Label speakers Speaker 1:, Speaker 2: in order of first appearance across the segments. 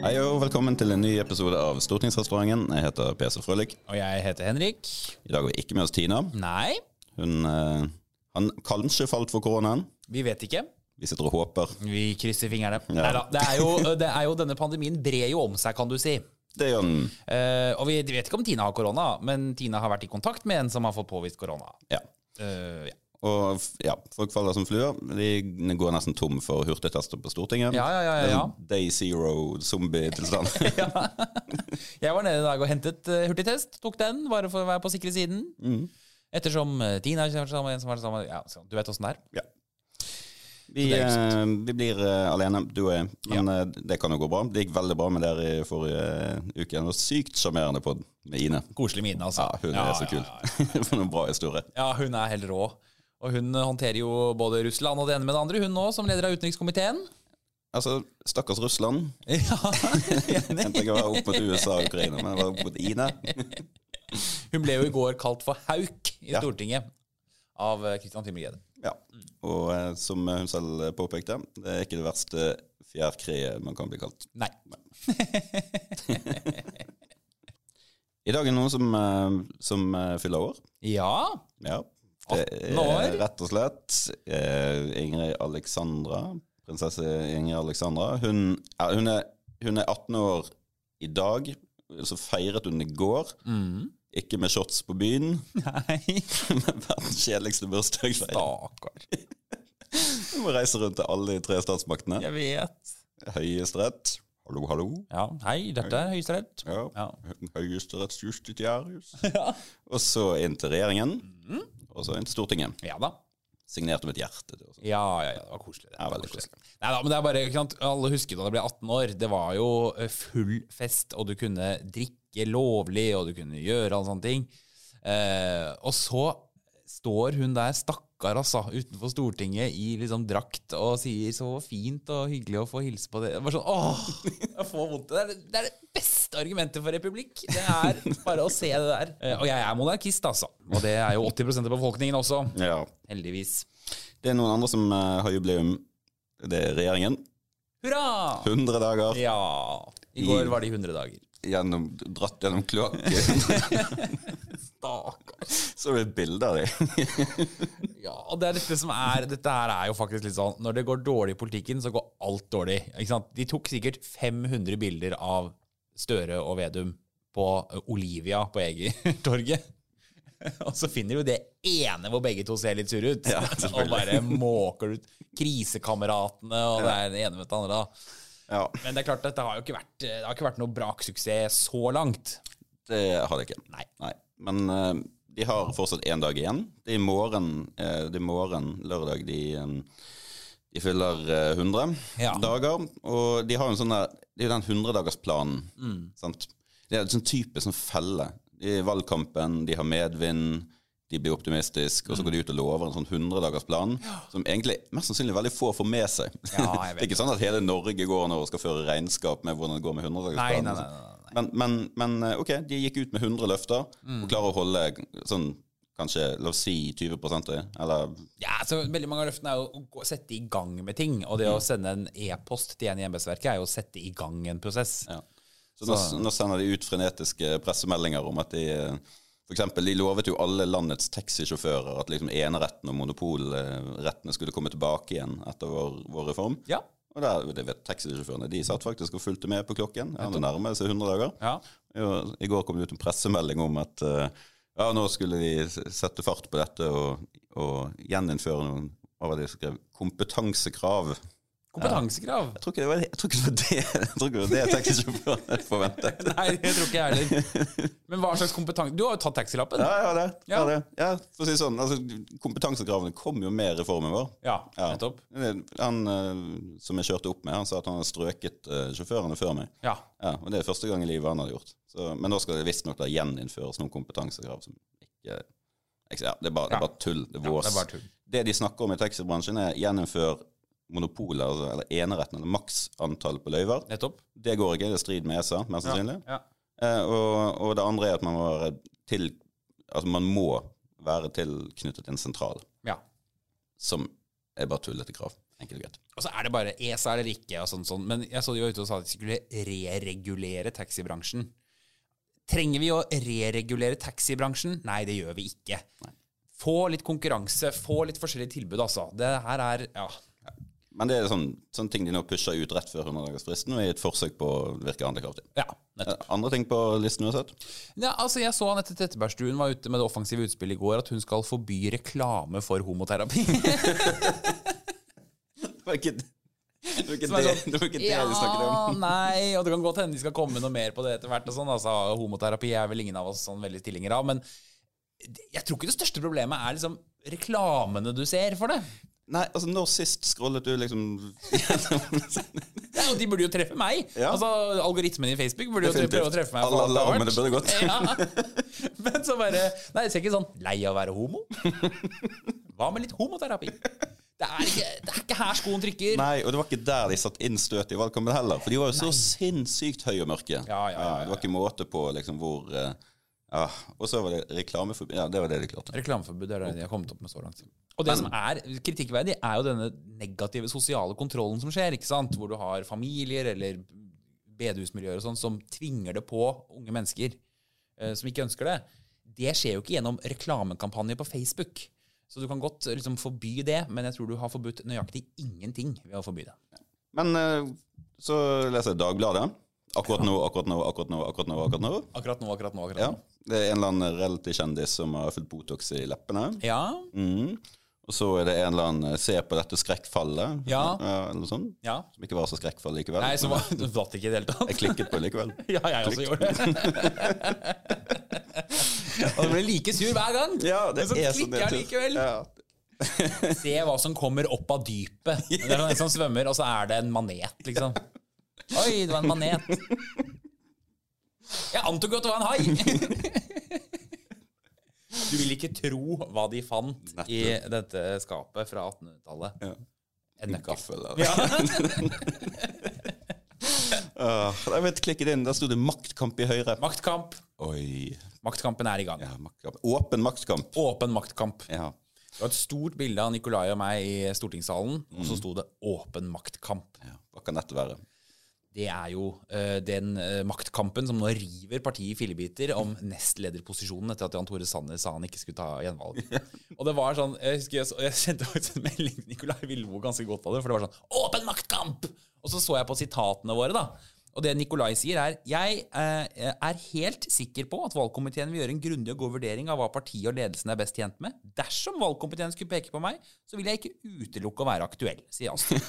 Speaker 1: Hei og velkommen til en ny episode av Stortingsrestauranten. Jeg heter PC Frølich.
Speaker 2: Og jeg heter Henrik.
Speaker 1: I dag har vi ikke med oss Tina.
Speaker 2: Nei,
Speaker 1: Hun eh, han kanskje falt for koronaen.
Speaker 2: vi vet ikke.
Speaker 1: Vi sitter og håper.
Speaker 2: Vi krysser fingrene. Neida, det er, jo, det er jo Denne pandemien brer jo om seg, kan du si.
Speaker 1: Det gjør den.
Speaker 2: Eh, og vi vet ikke om Tina har korona, men Tina har vært i kontakt med en som har fått påvist korona.
Speaker 1: Ja.
Speaker 2: Eh, ja.
Speaker 1: Og f- ja, folk faller som fluer. De går nesten tom for hurtigtester på Stortinget.
Speaker 2: Ja, ja, ja, ja, ja.
Speaker 1: Det er en Day zero-zombietilstand.
Speaker 2: Jeg var nede i dag og hentet eh, hurtigtest. Tok den, bare for å være på sikre siden. Ettersom eh, Tina har vært sammen med en som har vært sammen med ja, så Du vet åssen det er.
Speaker 1: ja. Vi,
Speaker 2: Det er jo
Speaker 1: eh, vi blir eh, alene, du og jeg. Men eh, det kan jo gå bra. Det gikk veldig bra med dere i forrige uke. Det var sykt sjarmerende pod med Ine.
Speaker 2: Koselig med Ine, altså.
Speaker 1: Ja, hun er så kul.
Speaker 2: Ja,
Speaker 1: For noen bra historier.
Speaker 2: ja. ja, hun er helt rå. Og hun håndterer jo både Russland og det ene med det andre, hun nå, som leder av utenrikskomiteen.
Speaker 1: Altså, stakkars Russland.
Speaker 2: Ja,
Speaker 1: Jeg tenker å være opp mot USA og Ukraina, men jeg var opp mot Ine.
Speaker 2: Hun ble jo i går kalt for hauk i
Speaker 1: Ja.
Speaker 2: Stortinget av eh, Christian Tymmergjedde.
Speaker 1: Ja. Og eh, som hun selv påpekte, det er ikke det verste fjærkreet man kan bli kalt.
Speaker 2: Nei.
Speaker 1: I dag er det noen som, eh, som eh, fyller år.
Speaker 2: Ja.
Speaker 1: Ja. Det
Speaker 2: 18 år?
Speaker 1: er rett og slett eh, Ingrid Alexandra. Prinsesse Ingrid Alexandra. Hun, ja, hun, er, hun er 18 år i dag. Så feiret hun i går. Ikke med shots på byen,
Speaker 2: Mm. Nei.
Speaker 1: men verdens kjedeligste bursdagsfeiring.
Speaker 2: Stakkar.
Speaker 1: Du må reise rundt til alle de tre statsmaktene.
Speaker 2: Jeg vet.
Speaker 1: Høyesterett. Hallo, hallo.
Speaker 2: Ja, hei, dette er Høyesterett.
Speaker 1: Ja.
Speaker 2: Ja.
Speaker 1: Høyesterettsjustitiarius. Og så inn til regjeringen.
Speaker 2: Mhm.
Speaker 1: Og så inn til Stortinget.
Speaker 2: Ja da.
Speaker 1: Signert med et hjerte. det og sånt.
Speaker 2: Ja, ja, ja, det var koselig. Det
Speaker 1: Ja,
Speaker 2: var
Speaker 1: veldig
Speaker 2: Neida, men det er bare, ikke sant, alle husket da det ble 18 år. Det var jo eh, full fest, og du kunne drikke lovlig, og du kunne gjøre alle sånne ting. Eh, og så står hun der, stakkar altså, utenfor Stortinget i liksom drakt og sier så fint og hyggelig å få hilse på det. Det var sånn, åh, jeg får vondt. Det er det, det er det beste argumentet for republikk. Det er bare å se det der. Eh, og jeg er monarkist, altså. Og det er jo 80 av befolkningen også.
Speaker 1: Ja.
Speaker 2: Heldigvis.
Speaker 1: Det er noen andre som eh, har jubileum. Det er regjeringen.
Speaker 2: Hurra!
Speaker 1: 100 dager
Speaker 2: Ja. I går var det 100 dager.
Speaker 1: gjennom, dratt gjennom kloakken.
Speaker 2: Stakkars.
Speaker 1: Så er det et bilde av dem.
Speaker 2: Ja, og det er dette som er Dette her er jo faktisk litt sånn Når det går dårlig i politikken, så går alt dårlig. Ikke sant? De tok sikkert 500 bilder av Støre og Vedum på eh, Olivia på Egertorget. Og så finner du det ene hvor begge to ser litt sure ut.
Speaker 1: Ja, selvfølgelig.
Speaker 2: og bare måker ut krisekameratene, og det er det ene med det andre. da.
Speaker 1: Ja,
Speaker 2: Men det er klart, dette har jo ikke vært, eh, det har ikke vært noe braksuksess så langt.
Speaker 1: det har det ikke.
Speaker 2: Nei.
Speaker 1: Nei. Men eh, de har fortsatt én dag igjen. Det er i morgen, eh, det er i morgen lørdag, de, eh, de fyller eh, 100
Speaker 2: Ja.
Speaker 1: dager. Og de har jo en sånn der Det er jo den 100-dagersplanen.
Speaker 2: Mm.
Speaker 1: sant? Det er en sånn type sånn felle. I valgkampen, de har medvind, de blir optimistiske, og
Speaker 2: Mm.
Speaker 1: så går de ut og lover en sånn 100-dagersplan som egentlig mest sannsynlig veldig få får med seg.
Speaker 2: Ja, jeg vet
Speaker 1: det er ikke sånn at hele Norge går nå og skal føre regnskap med hvordan det går med 100-dagersplanen.
Speaker 2: Nei, nei, nei, nei,
Speaker 1: Men, men, men eh, ok, de gikk ut med 100 løfter
Speaker 2: Mm.
Speaker 1: og klarer å holde sånn kanskje, la oss si 20 av det. Eller
Speaker 2: Ja, så veldig mange av løftene er jo å gå- sette i gang med ting. Og det å sende en e-post til en i embetsverket er jo å sette i gang en prosess.
Speaker 1: ja. Så, nå, nå sender de ut frenetiske pressemeldinger om at de eh, for eksempel, de lovet jo alle landets taxisjåfører at liksom eneretten og monopolrettene skulle komme tilbake igjen etter vår, vår reform.
Speaker 2: Ja.
Speaker 1: Og der, det vet taxisjåførene. De satt faktisk og fulgte med på klokken. Ja, det nærmer seg 100 dager.
Speaker 2: Ja.
Speaker 1: Ja, I går kom det ut en pressemelding om at eh, ja, nå skulle vi s- sette fart på dette og, og gjeninnføre noen hva var det de skrev, kompetansekrav. Jeg
Speaker 2: Kompetansekrav.
Speaker 1: tror ikke det var jeg tror ikke det, var det, jeg tror ikke det, var det taxisjåførene forventet.
Speaker 2: Nei, det tror ikke jeg heller. Men hva slags kompetanse Du har jo tatt taxilappen.
Speaker 1: Ja, ja, det. Ja.
Speaker 2: Ja.
Speaker 1: det. Ja, for å si det sånn, altså, kompetansekravene kom jo med i reformen vår.
Speaker 2: Ja,
Speaker 1: Ja.
Speaker 2: nettopp.
Speaker 1: Han eh, som jeg kjørte opp med, han sa at han hadde strøket eh, sjåførene før meg.
Speaker 2: Ja.
Speaker 1: Ja, og Det er første gang i livet han har gjort. Så, men nå skal det visstnok da gjeninnføres noen kompetansekrav som ikke ikke- ja, det, er bare, det er
Speaker 2: Ja.
Speaker 1: bare tull. Det er
Speaker 2: Ja,
Speaker 1: vås.
Speaker 2: det er bare tull.
Speaker 1: Det de snakker om i taxibransjen, er gjeninnfør monopolet, altså, eller eneretten, eller maks antall på løyver.
Speaker 2: Nettopp.
Speaker 1: Det går ikke, det er strid med ESA, mest sannsynlig.
Speaker 2: Ja.
Speaker 1: Eh, og, og det andre er at man må være, til, altså, man må være tilknyttet en sentral,
Speaker 2: ja.
Speaker 1: som er bare tullete krav. Enkelt og greit.
Speaker 2: Og så er det bare ESA eller ikke, og sånn, sånn. Men jeg så de var ute og sa at de skulle reregulere taxibransjen. Trenger vi å reregulere taxibransjen? Nei, det gjør vi ikke. Få litt konkurranse, få litt forskjellige tilbud, altså. Det her er Ja.
Speaker 1: Men det er sånn, sånne ting de nå pusher ut rett før 100-dagersfristen, og i et forsøk på å virke handlekraftig.
Speaker 2: ja nettopp.
Speaker 1: Eh, Andre ting på listen uansett?
Speaker 2: Ja, altså Jeg så Anette Trettebergstuen var ute med det offensive utspillet i går at hun skal forby reklame for homoterapi.
Speaker 1: Det var ikke det, var ikke
Speaker 2: Som er
Speaker 1: det,
Speaker 2: sånn-
Speaker 1: det, var ikke det de snakket om.
Speaker 2: nei, og det kan godt hende de skal komme noe mer på det etter hvert. Og sånn, altså, homoterapi er vel ingen av oss sånn veldig tilhenger av, men jeg tror ikke det største problemet er liksom reklamene du ser for det.
Speaker 1: Nei, altså når sist scrollet du liksom gjennom
Speaker 2: Ja, og de burde jo treffe meg.
Speaker 1: Ja.
Speaker 2: Altså, Algoritmen i Facebook burde jo tre- prøve å treffe meg.
Speaker 1: Alle
Speaker 2: for alt det har
Speaker 1: alarmene
Speaker 2: vært.
Speaker 1: burde gått.
Speaker 2: Ja. Men så bare Nei, jeg ser ikke sånn Lei av å være homo? Hva med litt homoterapi? Det er ikke, det er ikke her skoen trykker.
Speaker 1: Nei, og det var ikke der de satt inn støtet i valgkampen heller. For de var jo så sinnssykt høye og mørke.
Speaker 2: ja, ja, ja.
Speaker 1: Det var ikke måte på liksom hvor eh, ja. Og så var det reklameforbud. Ja, det var det de klarte.
Speaker 2: Reklameforbud er det de har kommet opp med så langt. Og det som er kritikkverdig, er jo denne negative sosiale kontrollen som skjer, ikke sant? hvor du har familier eller bedehusmiljøer og sånn som tvinger det på unge mennesker eh, som ikke ønsker det. Det skjer jo ikke gjennom reklamekampanjer på Facebook. Så du kan godt eh, liksom forby det, men jeg tror du har forbudt nøyaktig ingenting ved å forby det.
Speaker 1: Men eh, så leser jeg Dagbladet. Akkurat nå, akkurat nå, akkurat nå, akkurat nå. akkurat nå.
Speaker 2: Akkurat nå, akkurat nå, akkurat
Speaker 1: Ja,
Speaker 2: nå.
Speaker 1: Det er en eller annen reality-kjendis som har fulgt Botox i leppene.
Speaker 2: Ja.
Speaker 1: Mhm. Og så er det en eller annen eh, Se på dette skrekkfallet,
Speaker 2: Ja.
Speaker 1: eller noe sånt.
Speaker 2: ja.
Speaker 1: Som ikke var så skrekkfall likevel.
Speaker 2: Nei, så var- du datt ikke i det hele tatt.
Speaker 1: Jeg klikket på likevel.
Speaker 2: Ja, jeg også gjorde det. Og du ble like sur hver gang.
Speaker 1: Ja, det
Speaker 2: Men så
Speaker 1: er sånn
Speaker 2: klikker jeg
Speaker 1: det er.
Speaker 2: likevel.
Speaker 1: Ja.
Speaker 2: Se hva som kommer opp av dypet. Det er sånn en som svømmer, og så er det en manet, liksom. Oi, det var en manet. Jeg antok jo at det var en hai. Du vil ikke tro hva de fant i dette skapet fra 1800-tallet.
Speaker 1: Ja.
Speaker 2: En nøkkel.
Speaker 1: Gaffel, eller?
Speaker 2: Ja.
Speaker 1: Åh, jeg vet, klikket inn, Der sto det 'maktkamp i Høyre'.
Speaker 2: Maktkamp.
Speaker 1: Oi.
Speaker 2: Maktkampen er i gang.
Speaker 1: Ja, maktkamp. Åpen maktkamp.
Speaker 2: Åpen maktkamp.
Speaker 1: Ja.
Speaker 2: Det var et stort bilde av Nikolai og meg i stortingssalen, og så sto det 'Åpen maktkamp'.
Speaker 1: ja. Hva kan dette være?
Speaker 2: Det er jo eh, den eh, maktkampen som nå river partiet i fillebiter om nestlederposisjonen etter at Jan Tore Sanner sa han ikke skulle ta gjenvalg. Og det var sånn, Jeg husker jeg, så, jeg sendte faktisk en melding til Nikolai Villemo ganske godt av det, for det var sånn 'Åpen maktkamp!' Og så så jeg på sitatene våre, da. Og det Nikolai sier, er jeg eh, er helt sikker på at valgkomiteen vil gjøre en grundig og god vurdering av hva partiet og ledelsen er best tjent med. Dersom valgkomiteen skulle peke på meg, så vil jeg ikke utelukke å være aktuell, sier Astrid.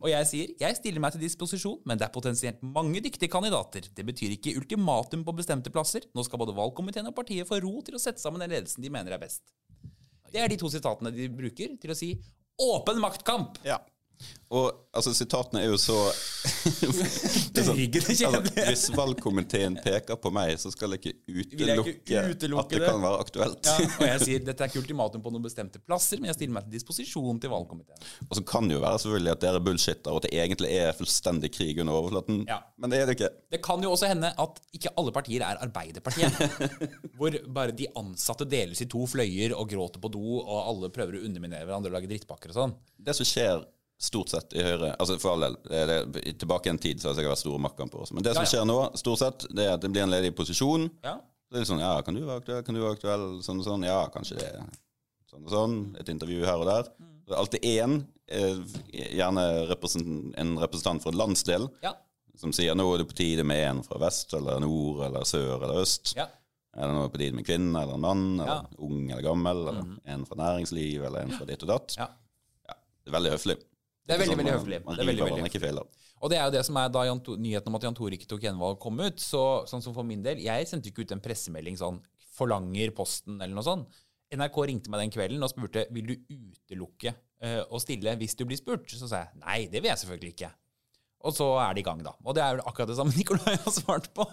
Speaker 2: og jeg sier jeg stiller meg til disposisjon, men det er potensielt mange dyktige kandidater. Det betyr ikke ultimatum på bestemte plasser. Nå skal både valgkomiteen og partiet få ro til å sette sammen den ledelsen de mener er best. Det er de to sitatene de bruker til å si åpen maktkamp!
Speaker 1: Ja. Og altså, sitatene er jo så det er sånn,
Speaker 2: Dørgende
Speaker 1: altså,
Speaker 2: kjedelige.
Speaker 1: Hvis valgkomiteen peker på meg, så skal jeg ikke
Speaker 2: Vil jeg
Speaker 1: utelukke,
Speaker 2: ikke utelukke
Speaker 1: at det,
Speaker 2: det?
Speaker 1: kan være aktuelt.
Speaker 2: Ja, og jeg sier dette er ikke ultimatum på noen bestemte plasser, men jeg stiller meg til disposisjon til valgkomiteen.
Speaker 1: Og så kan det jo være selvfølgelig at dere bullshitter, og at det egentlig er fullstendig krig under overflaten.
Speaker 2: Ja.
Speaker 1: Men det er det ikke.
Speaker 2: Det kan jo også hende at ikke alle partier er Arbeiderpartiet. hvor bare de ansatte deles i to fløyer og gråter på do, og alle prøver å underminere hverandre og lage drittpakker og sånn.
Speaker 1: Det som skjer stort sett i Høyre altså for all del, det er det, i- Tilbake i en tid så har det sikkert vært store maktkamper også. Men det som
Speaker 2: Ja, ja.
Speaker 1: skjer nå, stort sett, det er at det blir en ledig posisjon.
Speaker 2: Ja.
Speaker 1: Så det er litt sånn, ja, kan du være aktuell, kan du være aktuell, sånn og sånn, ja, kanskje det, sånn og sånn, et intervju her og der. Så det er alltid én, eh, gjerne represent- en representant fra en landsdel,
Speaker 2: Ja.
Speaker 1: som sier nå er det på tide med en fra vest, eller nord, eller sør, eller øst.
Speaker 2: ja.
Speaker 1: Eller nå er det på tide med en kvinne, eller en mann, eller
Speaker 2: Ja. Mm.
Speaker 1: ung eller gammel, eller en fra næringsliv, eller en fra ditt og datt.
Speaker 2: Ja.
Speaker 1: Ja, det er veldig høflig.
Speaker 2: Det er
Speaker 1: ikke
Speaker 2: veldig,
Speaker 1: sånn
Speaker 2: veldig
Speaker 1: man-
Speaker 2: høflig.
Speaker 1: Man
Speaker 2: Det er veldig,
Speaker 1: river
Speaker 2: veldig
Speaker 1: hverandre ikke filler.
Speaker 2: Og det er jo det som er da Jan, To- nyheten om at Jan Tore ikke tok gjenvalg kom ut. Så, sånn som for min del, jeg sendte ikke ut en pressemelding sånn 'forlanger posten' eller noe sånt. NRK ringte meg den kvelden og spurte vil du utelukke eh, å stille hvis du blir spurt. Så sa jeg nei, det vil jeg selvfølgelig ikke. Og så er de i gang, da. Og det er jo akkurat det samme Nikolai har svart på.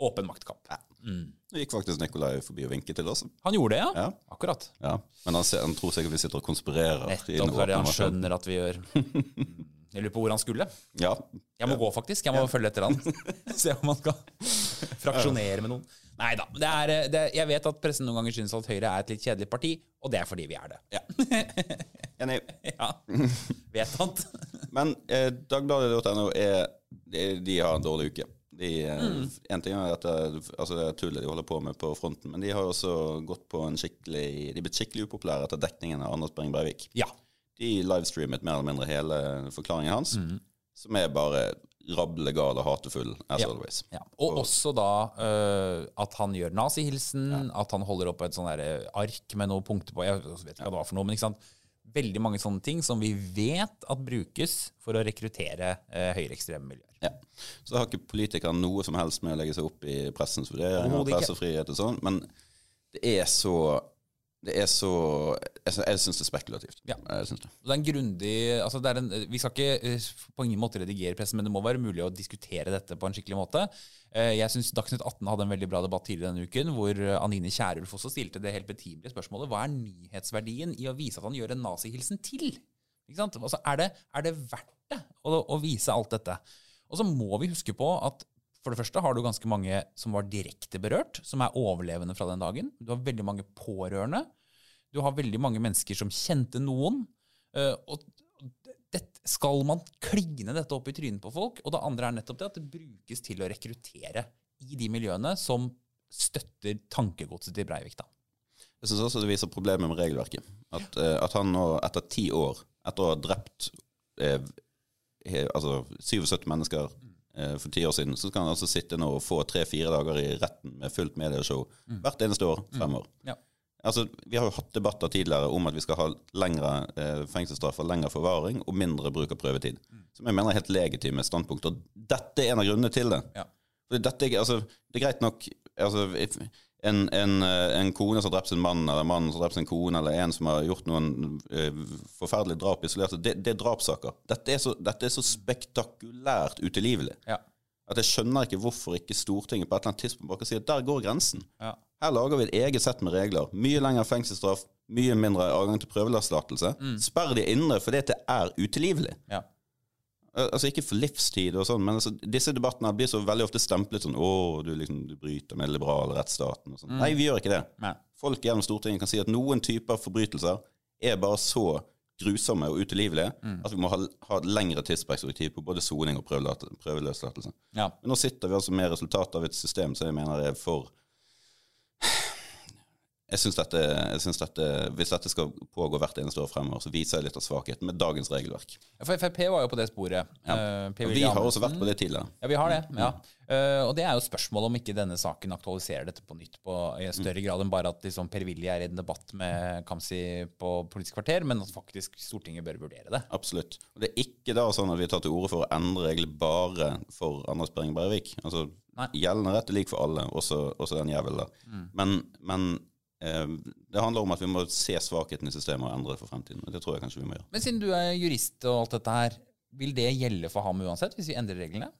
Speaker 2: Åpen maktkamp.
Speaker 1: Nå gikk faktisk Nikolai forbi og vinket til oss.
Speaker 2: Han gjorde det, ja.
Speaker 1: Ja.
Speaker 2: Akkurat.
Speaker 1: Ja. Men han, ser, han tror sikkert vi sitter og konspirerer. i den
Speaker 2: Nettopp det
Speaker 1: åpne
Speaker 2: han
Speaker 1: marsjen.
Speaker 2: skjønner at vi gjør. Mm. Jeg lurer på hvor han skulle.
Speaker 1: Ja.
Speaker 2: Jeg må gå, faktisk. Jeg må følge etter han. Se om han skal fraksjonere med noen. Nei da. Det er, eh, det, jeg vet at pressen noen ganger syns at Høyre er et litt kjedelig parti, og det er fordi vi er det.
Speaker 1: Ja. Enig.
Speaker 2: Ja. Vedtatt.
Speaker 1: Men eh, Dagbladet.no er de, de har en dårlig uke. De, eh,
Speaker 2: Mm.
Speaker 1: En ting er at det, altså det er tullet de holder på med på fronten, men de har også gått på en skikkelig De er blitt skikkelig upopulære etter dekningen av Anders Bring Breivik.
Speaker 2: Ja.
Speaker 1: De livestreamet mer eller mindre hele forklaringen hans,
Speaker 2: Mhm.
Speaker 1: som er bare rablegal og hatefull as always.
Speaker 2: Ja. Og også da eh, at han gjør nazihilsen, at han holder opp et sånn der ark med noen punkter på Jeg vet ikke hva det var for noe, men ikke sant. Veldig mange sånne ting som vi vet at brukes for å rekruttere uh, høyreekstreme miljøer.
Speaker 1: Ja. Så har ikke politikere noe som helst med å legge seg opp i pressens vurdering av
Speaker 2: Overhodet ikke.
Speaker 1: pressefrihet og sånn, men det er så det er så Jeg, sy- jeg syns det er spekulativt.
Speaker 2: Ja.
Speaker 1: Jeg syns det.
Speaker 2: Og Det er en grundig altså det er en, Vi skal ikke eh, på ingen måte redigere pressen, men det må være mulig å diskutere dette på en skikkelig måte. Eh, Jeg syns Dagsnytt 18 hadde en veldig bra debatt tidligere denne uken, hvor eh, Anine Kierulf også stilte det helt betimelige spørsmålet hva er nyhetsverdien i å vise at han gjør en nazihilsen til? Ikke sant? Altså, er, det, er det verdt det å, å vise alt dette? Og så må vi huske på at for det første har du ganske mange som var direkte berørt, som er overlevende fra den dagen. Du har veldig mange pårørende. Du har veldig mange mennesker som kjente noen. Eh, og det, skal man kline dette opp i trynet på folk? Og det andre er nettopp det at det brukes til å rekruttere i de miljøene som støtter tankegodset til Breivik. da.
Speaker 1: Jeg syns også det viser problemet med regelverket. At, eh, at han nå, etter ti år, etter å ha drept eh, he, altså 77 mennesker eh, for ti år siden, så skal han altså sitte nå og få tre-fire dager i retten med fullt medieshow hvert eneste år fremover.
Speaker 2: Ja.
Speaker 1: Altså, Vi har jo hatt debatter tidligere om at vi skal ha lengre eh, fengselsstraffer, lengre forvaring og mindre bruk av prøvetid. Som jeg mener er helt legitime standpunkt. Og dette er en av grunnene til det.
Speaker 2: Ja.
Speaker 1: Fordi dette, er- altså, det er greit nok altså, if- en, en, eh, en kone som har drept sin mann, eller en mann som har drept sin kone, eller en som har gjort noen eh, forferdelige drap isolert, sett, det, det er drapssaker. Dette er så, dette er så spektakulært utilgivelig
Speaker 2: Ja.
Speaker 1: at jeg skjønner ikke hvorfor ikke Stortinget på et eller annet tidspunkt bare kan si at der går grensen.
Speaker 2: Ja.
Speaker 1: Her lager vi et eget sett med regler. Mye lengre fengselsstraff, mye mindre adgang til prøveløslatelse. Sperr de inne fordi at det er utilgivelig.
Speaker 2: Ja.
Speaker 1: Al- Altså Ikke for livstid og sånn, men altså, disse debattene blir så veldig ofte stemplet sånn 'Å, du, liksom, du bryter med den liberale rettsstaten' og sånn. Nei, vi gjør ikke det.
Speaker 2: Nei.
Speaker 1: Folk gjennom Stortinget kan si at noen typer forbrytelser er bare så grusomme og utelivelige at vi må ha, ha et lengre tidsperspektiv på både soning og prøveløs- prøveløslatelse.
Speaker 2: Ja.
Speaker 1: Men nå sitter vi altså med resultatet av et system som jeg mener er for Jeg syns dette, jeg synes dette Hvis dette skal pågå hvert eneste år fremover, så viser jeg litt av svakheten med dagens regelverk.
Speaker 2: For Frp var jo på det sporet. Eh, Per
Speaker 1: Og
Speaker 2: Willy
Speaker 1: vi har også
Speaker 2: Amundsen.
Speaker 1: vært på det Mm. tidligere.
Speaker 2: Ja, vi har det. ja. Eh, og det er jo spørsmålet om ikke denne saken aktualiserer dette på nytt på, i
Speaker 1: Mm.
Speaker 2: større grad enn bare at liksom, Per Willy er i en debatt med Kamzy på Politisk kvarter, men at faktisk Stortinget bør vurdere det.
Speaker 1: Absolutt. Og det er ikke da sånn at vi tar til orde for å endre reglene bare for Anders Behring Breivik. Altså,
Speaker 2: Nei.
Speaker 1: Gjeldende rett er lik for alle, også, også den jævelen der. Men, men eh, det handler om at vi må se svakheten i systemet og endre det for fremtiden. Og det tror jeg kanskje vi må gjøre.
Speaker 2: Men siden du er jurist og alt dette her, vil det gjelde for ham uansett hvis vi endrer reglene?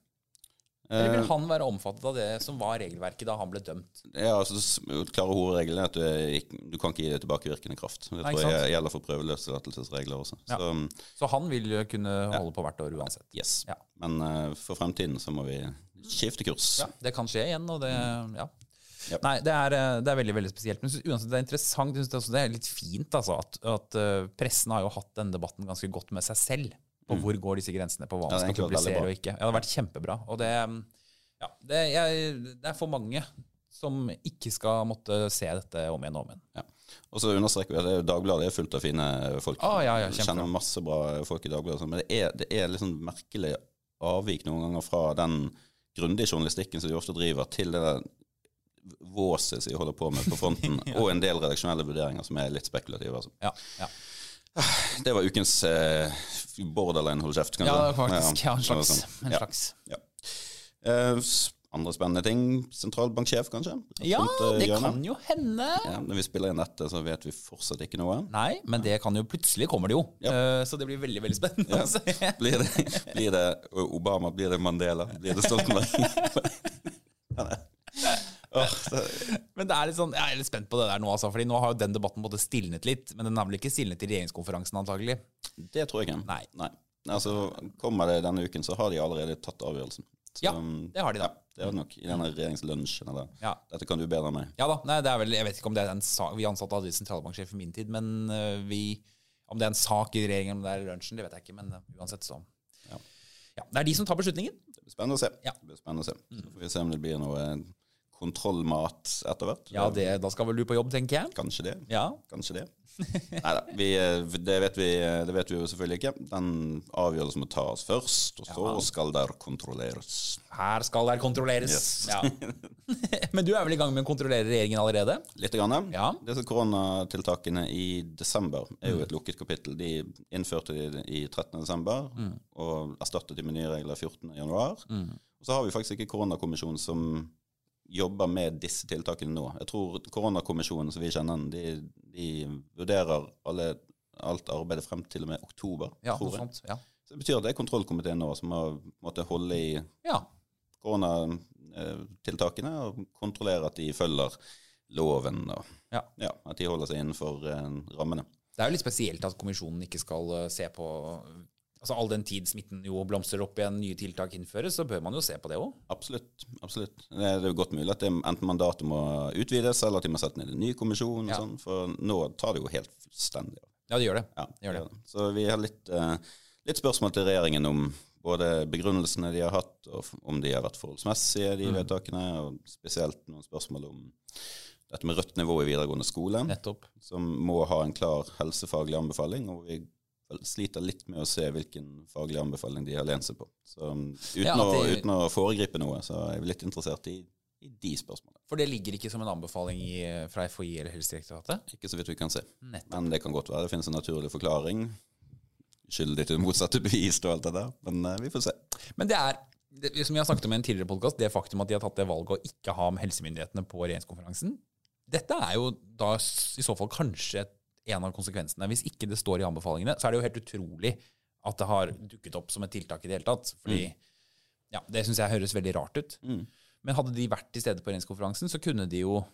Speaker 2: Eller
Speaker 1: Eh,
Speaker 2: vil han være omfattet av det som var regelverket da han ble dømt?
Speaker 1: Ja, altså s- klare hovedregelen er at du, ikke, du kan ikke gi det tilbakevirkende kraft. Det
Speaker 2: Nei,
Speaker 1: tror
Speaker 2: ikke sant?
Speaker 1: jeg gjelder for prøveløslatelsesregler også.
Speaker 2: Ja.
Speaker 1: Så um,
Speaker 2: Så han vil jo kunne holde på hvert år uansett.
Speaker 1: yes.
Speaker 2: Ja.
Speaker 1: Men eh, for fremtiden så må vi skifte kurs.
Speaker 2: Ja, det kan skje igjen, og det Ja.
Speaker 1: Yep.
Speaker 2: Nei, det er, eh, det er veldig veldig spesielt. Men jeg synes uansett, det er interessant. Jeg synes det, også, det er litt fint altså, at, at eh, pressen har jo hatt denne debatten ganske godt med seg selv. På hvor går disse grensene, på hva
Speaker 1: Ja,
Speaker 2: man
Speaker 1: det har
Speaker 2: skal
Speaker 1: egentlig vært veldig
Speaker 2: publisere
Speaker 1: bra.
Speaker 2: og ikke. Ja, det har vært kjempebra. Og det, mm, ja, det, jeg, det er for mange som ikke skal måtte se dette om igjen og om igjen.
Speaker 1: Ja. Og så understreker vi at det er jo Dagbladet er fullt av fine eh, folk.
Speaker 2: Ah, ja, ja,
Speaker 1: Vi
Speaker 2: kjempebra.
Speaker 1: kjenner masse bra folk i Dagbladet. og sånn, Men det er, det er liksom merkelig avvik noen ganger fra den grundige journalistikken som de ofte driver, til det der våset som de holder på med på fronten, og en del redaksjonelle vurderinger som er litt spekulative. Altså.
Speaker 2: Ja, ja.
Speaker 1: Det var ukens eh, borderline hold kjeft, kanskje.
Speaker 2: Ja, faktisk. Ja, en slags.
Speaker 1: det var sånn.
Speaker 2: En
Speaker 1: Ja.
Speaker 2: slags.
Speaker 1: Eh, s- andre spennende ting. Sentralbanksjef, kanskje?
Speaker 2: Ja,
Speaker 1: Rundt, eh,
Speaker 2: det
Speaker 1: hjørnet.
Speaker 2: kan jo hende.
Speaker 1: Ja, når vi spiller inn dette, så vet vi fortsatt ikke noe.
Speaker 2: Nei, men det kan jo plutselig kommer det jo. Eh, Så det blir veldig veldig spennende. å se.
Speaker 1: Blir det, blir det Obama? Blir det Mandela? Blir det Stoltenberg? Åh, det-
Speaker 2: Men det er litt sånn, jeg er litt spent på det der nå, altså, Fordi nå har jo den debatten både stilnet litt. Men den har vel ikke stilnet i regjeringskonferansen, antagelig.
Speaker 1: det tror jeg ikke.
Speaker 2: Nei.
Speaker 1: Nei. Altså, kommer det denne uken, så har de allerede tatt avgjørelsen. Så,
Speaker 2: Ja, det har de da.
Speaker 1: Ja, det har de nok. I denne regjeringslunsjen eller
Speaker 2: Ja.
Speaker 1: Dette kan du bedre enn meg.
Speaker 2: Ja da, nei, det er vel, jeg vet ikke om det er en sak Vi ansatte aldri sentralbanksjef i min tid, men øh, vi Om det er en sak i regjeringen om det er i lunsjen, det vet jeg ikke, men øh, uansett så
Speaker 1: Ja.
Speaker 2: ja. Det er de som tar beslutningen.
Speaker 1: Det blir spennende å se.
Speaker 2: Ja.
Speaker 1: Det blir spennende å se. Så får vi se om det blir noe eh, kontrollmat etter hvert.
Speaker 2: Ja, det, da skal vel du på jobb, tenker jeg.
Speaker 1: Kanskje det.
Speaker 2: Ja.
Speaker 1: Kanskje det. Nei da, vi, eh, det, vet vi, det vet vi jo selvfølgelig ikke. Den avgjørelsen må tas først, og så skal der kontrolleres.
Speaker 2: Her skal det kontrolleres. Ja. men du er vel i gang med å kontrollere regjeringen allerede?
Speaker 1: Litt. Grann.
Speaker 2: Ja. Mm.
Speaker 1: Disse koronatiltakene i desember er jo et lukket kapittel. De innførte de i 13. desember
Speaker 2: Mm.
Speaker 1: og erstattet de med nye regler 14. januar. Og så har vi faktisk ikke koronakommisjonen som jobber med disse tiltakene nå. Jeg tror koronakommisjonen som vi kjenner den, de, de vurderer alle, alt arbeidet frem til og med oktober.
Speaker 2: Ja,
Speaker 1: tror
Speaker 2: noe
Speaker 1: jeg.
Speaker 2: sånt. Ja.
Speaker 1: Så det betyr at det er kontrollkomiteen nå som har måttet holde i
Speaker 2: ja.
Speaker 1: koronatiltakene og kontrollere at de følger loven og
Speaker 2: Ja.
Speaker 1: at de holder seg innenfor eh, rammene.
Speaker 2: Det er jo litt spesielt at kommisjonen ikke skal øh, se på Altså All den tid smitten jo blomstrer opp igjen, nye tiltak innføres, så bør man jo se på det òg.
Speaker 1: Absolutt. absolutt. Det er det er godt mulig at det, enten mandatet må utvides, eller at de må sette ned en ny kommisjon. og
Speaker 2: Ja.
Speaker 1: sånn, For nå tar det jo helt fullstendig av.
Speaker 2: Ja, det gjør det.
Speaker 1: Ja,
Speaker 2: Gjør det.
Speaker 1: gjør det. Så vi har litt, eh, litt spørsmål til regjeringen om både begrunnelsene de har hatt, og f- om de har vært forholdsmessige, de
Speaker 2: Mm.
Speaker 1: vedtakene, og spesielt noen spørsmål om dette med rødt nivå i videregående skole.
Speaker 2: Nettopp.
Speaker 1: som må ha en klar helsefaglig anbefaling, og vi sliter litt med å se hvilken faglig anbefaling de har lent seg på. Så um, uten,
Speaker 2: Ja,
Speaker 1: å,
Speaker 2: at de-
Speaker 1: uten å foregripe noe, så er vi litt interessert i, i de spørsmålene.
Speaker 2: For det ligger ikke som en anbefaling i, eh, fra FHI eller Helsedirektoratet?
Speaker 1: Ikke så vidt vi kan se.
Speaker 2: Nettopp.
Speaker 1: Men det kan godt være det finnes en naturlig forklaring. Skyldig til det motsatte bevist og alt det der, men eh, vi får se.
Speaker 2: Men det er, det, som jeg har snakket om i en tidligere podkast, det faktum at de har tatt det valget å ikke ha med helsemyndighetene på regjeringskonferansen, dette er jo da s- i så fall kanskje et- en av konsekvensene. Hvis ikke det står i anbefalingene, så er det jo helt utrolig at det har dukket opp som et tiltak i det hele tatt. Fordi ja, det syns jeg høres veldig rart ut. Men hadde de vært til stede på regjeringskonferansen, så kunne de jo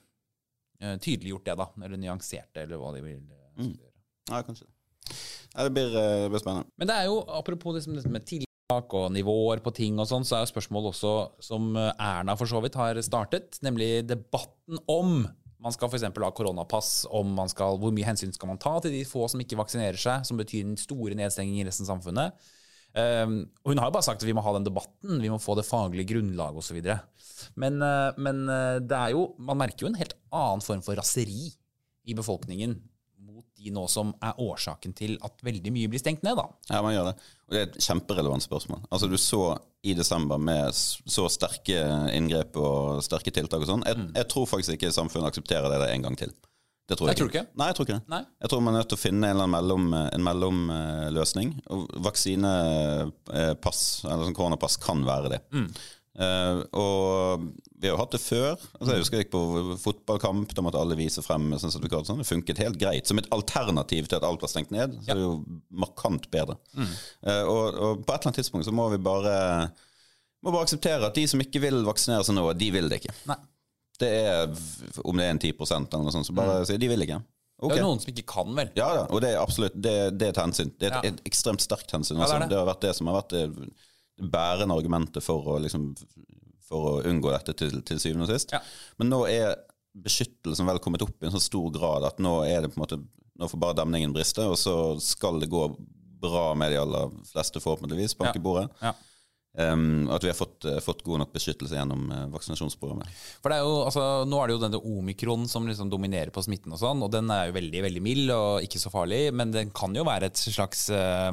Speaker 2: eh, tydeliggjort det, da. Eller nyansert det, eller hva de vil. eh, gjøre.
Speaker 1: Ja, kanskje det. Ja, det, blir, eh, det blir spennende.
Speaker 2: Men det er jo, apropos liksom dette med tiltak og nivåer på ting og sånn, så er jo spørsmålet også som eh, Erna for så vidt har startet, nemlig debatten om man skal f.eks. ha koronapass, om man skal, hvor mye hensyn skal man ta til de få som ikke vaksinerer seg, som betyr en store nedstenging i resten av samfunnet. Um, og hun har jo bare sagt at vi må ha den debatten, vi må få det faglige grunnlaget osv. Men, eh, men eh, det er jo, man merker jo en helt annen form for raseri i befolkningen mot de nå som er årsaken til at veldig mye blir stengt ned, da.
Speaker 1: Ja, man gjør det. Og det er et kjemperelevant spørsmål. Altså, du så i desember med s- så sterke inngrep og sterke tiltak og sånn. Jeg, jeg tror faktisk ikke samfunnet aksepterer det der en gang til. Det tror jeg,
Speaker 2: Jeg tror ikke.
Speaker 1: Nei, jeg tror ikke det.
Speaker 2: Nei.
Speaker 1: Jeg tror man er nødt til å finne en eller annen mellom, en mellomløsning. Og vaksinepass, eller sånn koronapass, kan være det. Eh, og vi har jo hatt det før. Altså, jeg husker jeg gikk på fotballkamp. Da måtte alle vise frem sånn sertifikat. og Sånn. Det funket helt greit. Som et alternativ til at alt var stengt ned, så er det jo markant bedre. Eh, og, og på et eller annet tidspunkt så må vi bare må bare akseptere at de som ikke vil vaksinere seg nå, de vil det ikke.
Speaker 2: Nei.
Speaker 1: Det er, Om det er en 10 eller noe sånt, så bare sier de vil ikke.
Speaker 2: Det
Speaker 1: Ok.
Speaker 2: er jo noen som ikke kan, vel.
Speaker 1: Ja da, og det er absolutt det, det er et hensyn. Det er et,
Speaker 2: Ja.
Speaker 1: et ekstremt sterkt hensyn.
Speaker 2: Ja, det
Speaker 1: Altså. det,
Speaker 2: er det.
Speaker 1: har vært det som har vært det, det bærende argumentet for å, liksom, for å unngå dette til, til syvende og sist.
Speaker 2: Ja.
Speaker 1: Men nå er beskyttelsen vel kommet opp i en så stor grad at nå er det på en måte Nå får bare demningen briste, og så skal det gå bra med de aller fleste, forhåpentligvis, bank i
Speaker 2: Ja.
Speaker 1: bordet.
Speaker 2: Ja.
Speaker 1: Ehm, at vi har fått, eh, fått god nok beskyttelse gjennom eh, vaksinasjonsprogrammet.
Speaker 2: For det er jo, altså, nå er det jo denne omikron som liksom dominerer på smitten og sånn, og den er jo veldig, veldig mild og ikke så farlig, men den kan jo være et slags eh,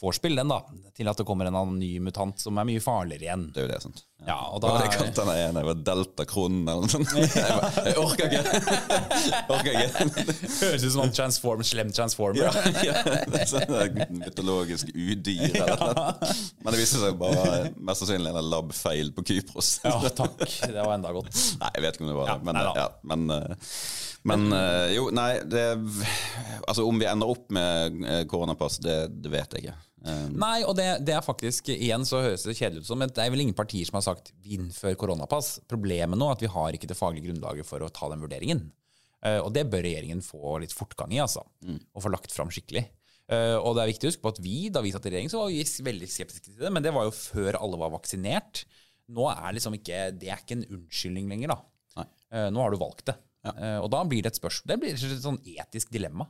Speaker 2: vorspiel, den da, til at det kommer en annen ny mutant som er mye farligere igjen.
Speaker 1: Det er jo det, sant?
Speaker 2: Ja, og
Speaker 1: Hva
Speaker 2: da
Speaker 1: var det jeg kalte den ene? Det var Delta Kronen eller noe sånt. Jeg, bare, jeg orker ikke! orker ikke.
Speaker 2: høres ut som en transform, slem transformer.
Speaker 1: Ja, ja. Det er sånn et mytologisk udyr. Eller noe. Men det viste seg bare å være mest sannsynlig en lab-feil på Kypros.
Speaker 2: Ja, takk. Det var enda godt.
Speaker 1: Nei, jeg vet ikke om det var det. Men,
Speaker 2: nei da.
Speaker 1: ja, men, eh, men eh, jo, nei det, Altså, om vi ender opp med eh, koronapass, det, det vet jeg ikke. Eh,
Speaker 2: Nei, og det, det er faktisk, igjen så høres det kjedelig ut som, men det er vel ingen partier som har sagt vi innfører koronapass. Problemet nå er at vi har ikke det faglige grunnlaget for å ta
Speaker 1: Mm.
Speaker 2: den vurderingen. Eh, Og det bør regjeringen få litt fortgang i, altså. Og få lagt fram skikkelig. Eh, og det er viktig å huske på at vi, da vi satt i regjering, så var vi s- veldig skeptiske til det, men det var jo før alle var vaksinert. Nå er liksom ikke, det er ikke en unnskyldning lenger, da.
Speaker 1: Nei.
Speaker 2: Eh, nå har du valgt det. Eh, og da blir det et spørsmål, det blir et sånn etisk dilemma.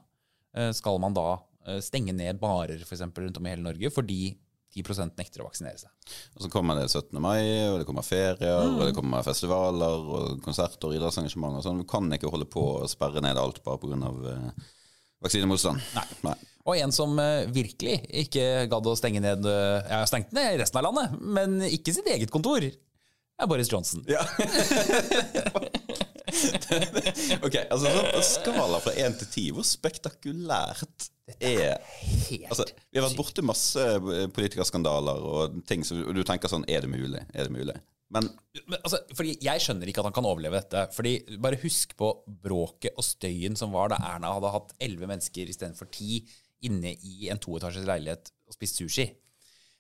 Speaker 2: Eh, skal man da eh, stenge ned barer for eksempel, rundt om i hele Norge fordi 10 nekter å vaksinere seg?
Speaker 1: Og så kommer det 17. mai, og det kommer ferier, og det kommer festivaler, og konserter og idrettsarrangementer og sånn. Du kan ikke holde på å sperre ned alt bare pga. Eh, vaksinemotstand. Nei.
Speaker 2: Og en som eh, virkelig ikke gadd å stenge ned eh, Ja, stengte ned resten av landet, men ikke sitt eget kontor. Det er Boris Johnson.
Speaker 1: Ok, altså sånn på en skala fra én til ti, hvor spektakulært er
Speaker 2: Helt
Speaker 1: Altså, vi har vært borti masse eh, politikerskandaler og ting, så du- og du tenker sånn Er det mulig? Er det mulig? Men
Speaker 2: Men, altså, fordi Jeg skjønner ikke at han kan overleve dette. Fordi Bare husk på bråket og støyen som var da Erna hadde hatt elleve mennesker istedenfor ti inne i en toetasjes leilighet og spist sushi.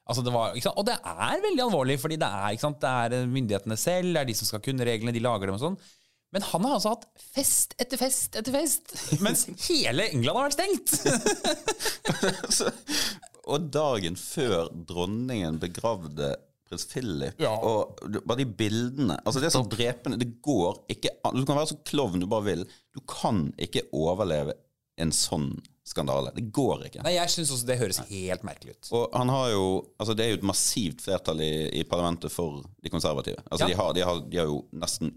Speaker 2: Altså det var, ikke sant? Og det er veldig alvorlig, fordi det er, ikke sant? det er eh, myndighetene selv, det er de som skal kunne reglene, de lager dem og sånn. Men han har altså hatt fest etter fest etter fest, mens hele England har vært stengt!
Speaker 1: Så- Og dagen før dronningen begravde prins Philip
Speaker 2: Ja.
Speaker 1: og du- Bare de bildene altså Det er sånn drepende. Det går ikke an. Du kan være så klovn du bare vil. Du kan ikke overleve en sånn skandale. Det går ikke.
Speaker 2: Nei, jeg syns også det høres helt merkelig ut.
Speaker 1: Og han har jo Altså det er jo et massivt flertall i, i parlamentet for de konservative. Altså
Speaker 2: Ja.
Speaker 1: de, har, de, har, de har jo nesten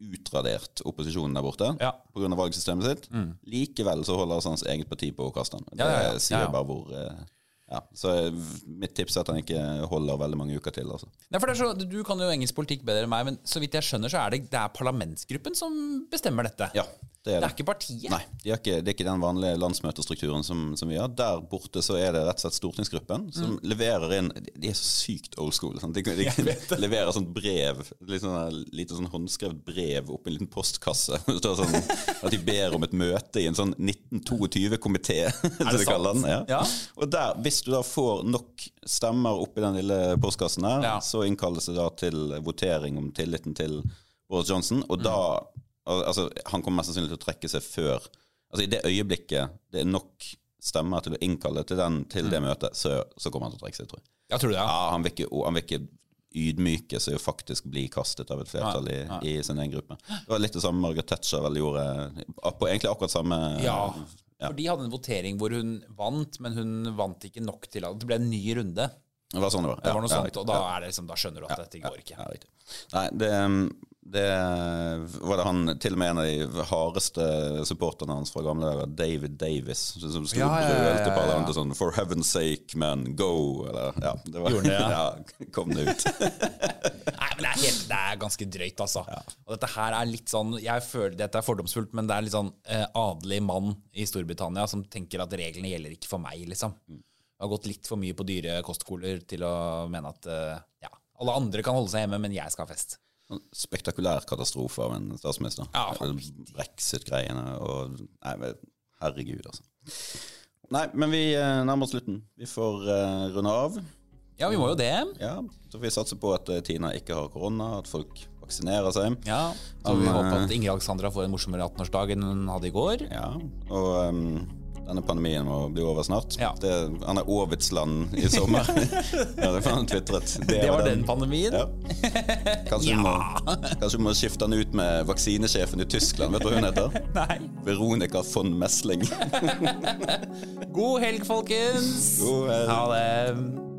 Speaker 1: utradert opposisjonen der borte
Speaker 2: Ja. Mm.
Speaker 1: pga. valgsystemet sitt. Likevel så holder altså hans eget parti på å kaste han. Det
Speaker 2: Ja, ja, ja.
Speaker 1: sier
Speaker 2: Ja, ja.
Speaker 1: bare hvor eh, ja. Så eh, mitt tips er at han ikke holder veldig mange uker til, altså.
Speaker 2: Nei, for det er så, du kan jo engelsk politikk bedre enn meg, men så vidt jeg skjønner, så er det, det er parlamentsgruppen som bestemmer dette.
Speaker 1: Ja, det
Speaker 2: Det
Speaker 1: er
Speaker 2: er
Speaker 1: det.
Speaker 2: ikke partiet.
Speaker 1: Nei, de har ikke, det er ikke den vanlige landsmøtestrukturen som, som vi har. Der borte så er det rett og slett stortingsgruppen som leverer inn De de er så sykt old school. Sant? De, de, de leverer sånt brev, litt sånn, der- lite sånn håndskrevet brev oppi en liten postkasse. Det står sånn, at de ber om et møte i en sånn 1922-komité, som de
Speaker 2: sant?
Speaker 1: kaller den. Ja.
Speaker 2: Ja.
Speaker 1: Og der, hvis du da får nok stemmer oppi den lille postkassen der,
Speaker 2: Ja.
Speaker 1: så innkalles det da til votering om tilliten til Boris Johnson,
Speaker 2: Mm.
Speaker 1: og da al- Altså, han kommer mest sannsynlig til å trekke seg før Altså, i det øyeblikket det er nok stemmer til å innkalle til den til
Speaker 2: Mm.
Speaker 1: det møtet, så, så kommer han til å trekke seg, tror jeg.
Speaker 2: Ja, tror du det?
Speaker 1: Ja,
Speaker 2: Ja.
Speaker 1: han vil ikke, og han vil ikke ydmyke seg og faktisk bli kastet av et flertall i, i sin egen gruppe. Det var litt det samme Margaret Thatcher vel gjorde, på egentlig akkurat samme
Speaker 2: Ja. For de hadde en votering hvor hun vant, men hun vant ikke nok til at det ble en ny runde.
Speaker 1: Det var sånn det var.
Speaker 2: Det var noe
Speaker 1: ja,
Speaker 2: sånt, og da, er det liksom, da skjønner du at dette går ikke.
Speaker 1: Ja, riktig. Nei, det, det var det han Til og med en av de hardeste supporterne hans fra gamle dager, David Davis, som sto
Speaker 2: Ja,
Speaker 1: og
Speaker 2: ja, ja, ja,
Speaker 1: brølte
Speaker 2: ja.
Speaker 1: på alle andre sånn 'For heaven's sake, man, go!' Eller ja, det var,
Speaker 2: Gjorde han det, ja?
Speaker 1: ja, kom det ut.
Speaker 2: Nei, men det er, helt, det er ganske drøyt, altså. Og dette her er litt sånn Jeg føler dette er fordomsfullt, men det er litt sånn eh, adelig mann i Storbritannia som tenker at reglene gjelder ikke for meg, liksom.
Speaker 1: Mm.
Speaker 2: Det har gått litt for mye på dyre kostskoler til å mene at eh, ja, alle andre kan holde seg hjemme, men jeg skal ha fest.
Speaker 1: Spektakulær katastrofe av en statsminister.
Speaker 2: Ja.
Speaker 1: Brexit-greiene og Nei, men herregud, altså. Nei, men vi eh, nærmer oss slutten. Vi får eh, runde av.
Speaker 2: Ja, vi må jo det.
Speaker 1: Ja, Så får vi satse på at eh, Tina ikke har korona, at folk vaksinerer seg.
Speaker 2: Ja, Så vi
Speaker 1: eh,
Speaker 2: håper at Ingrid Alexandra får en morsommere 18-årsdag enn hun hadde i går.
Speaker 1: Ja, og ehm, denne pandemien må bli over snart.
Speaker 2: Ja.
Speaker 1: Det, han er Aavitsland i sommer. ja, det får han tvitret.
Speaker 2: Det var den pandemien.
Speaker 1: Ja. Kanskje, vi må, kanskje vi må skifte han ut med vaksinesjefen i Tyskland. Vet du hva hun heter?
Speaker 2: Nei.
Speaker 1: Veronica von Messling.
Speaker 2: God helg, folkens!
Speaker 1: God helg.
Speaker 2: Ha det.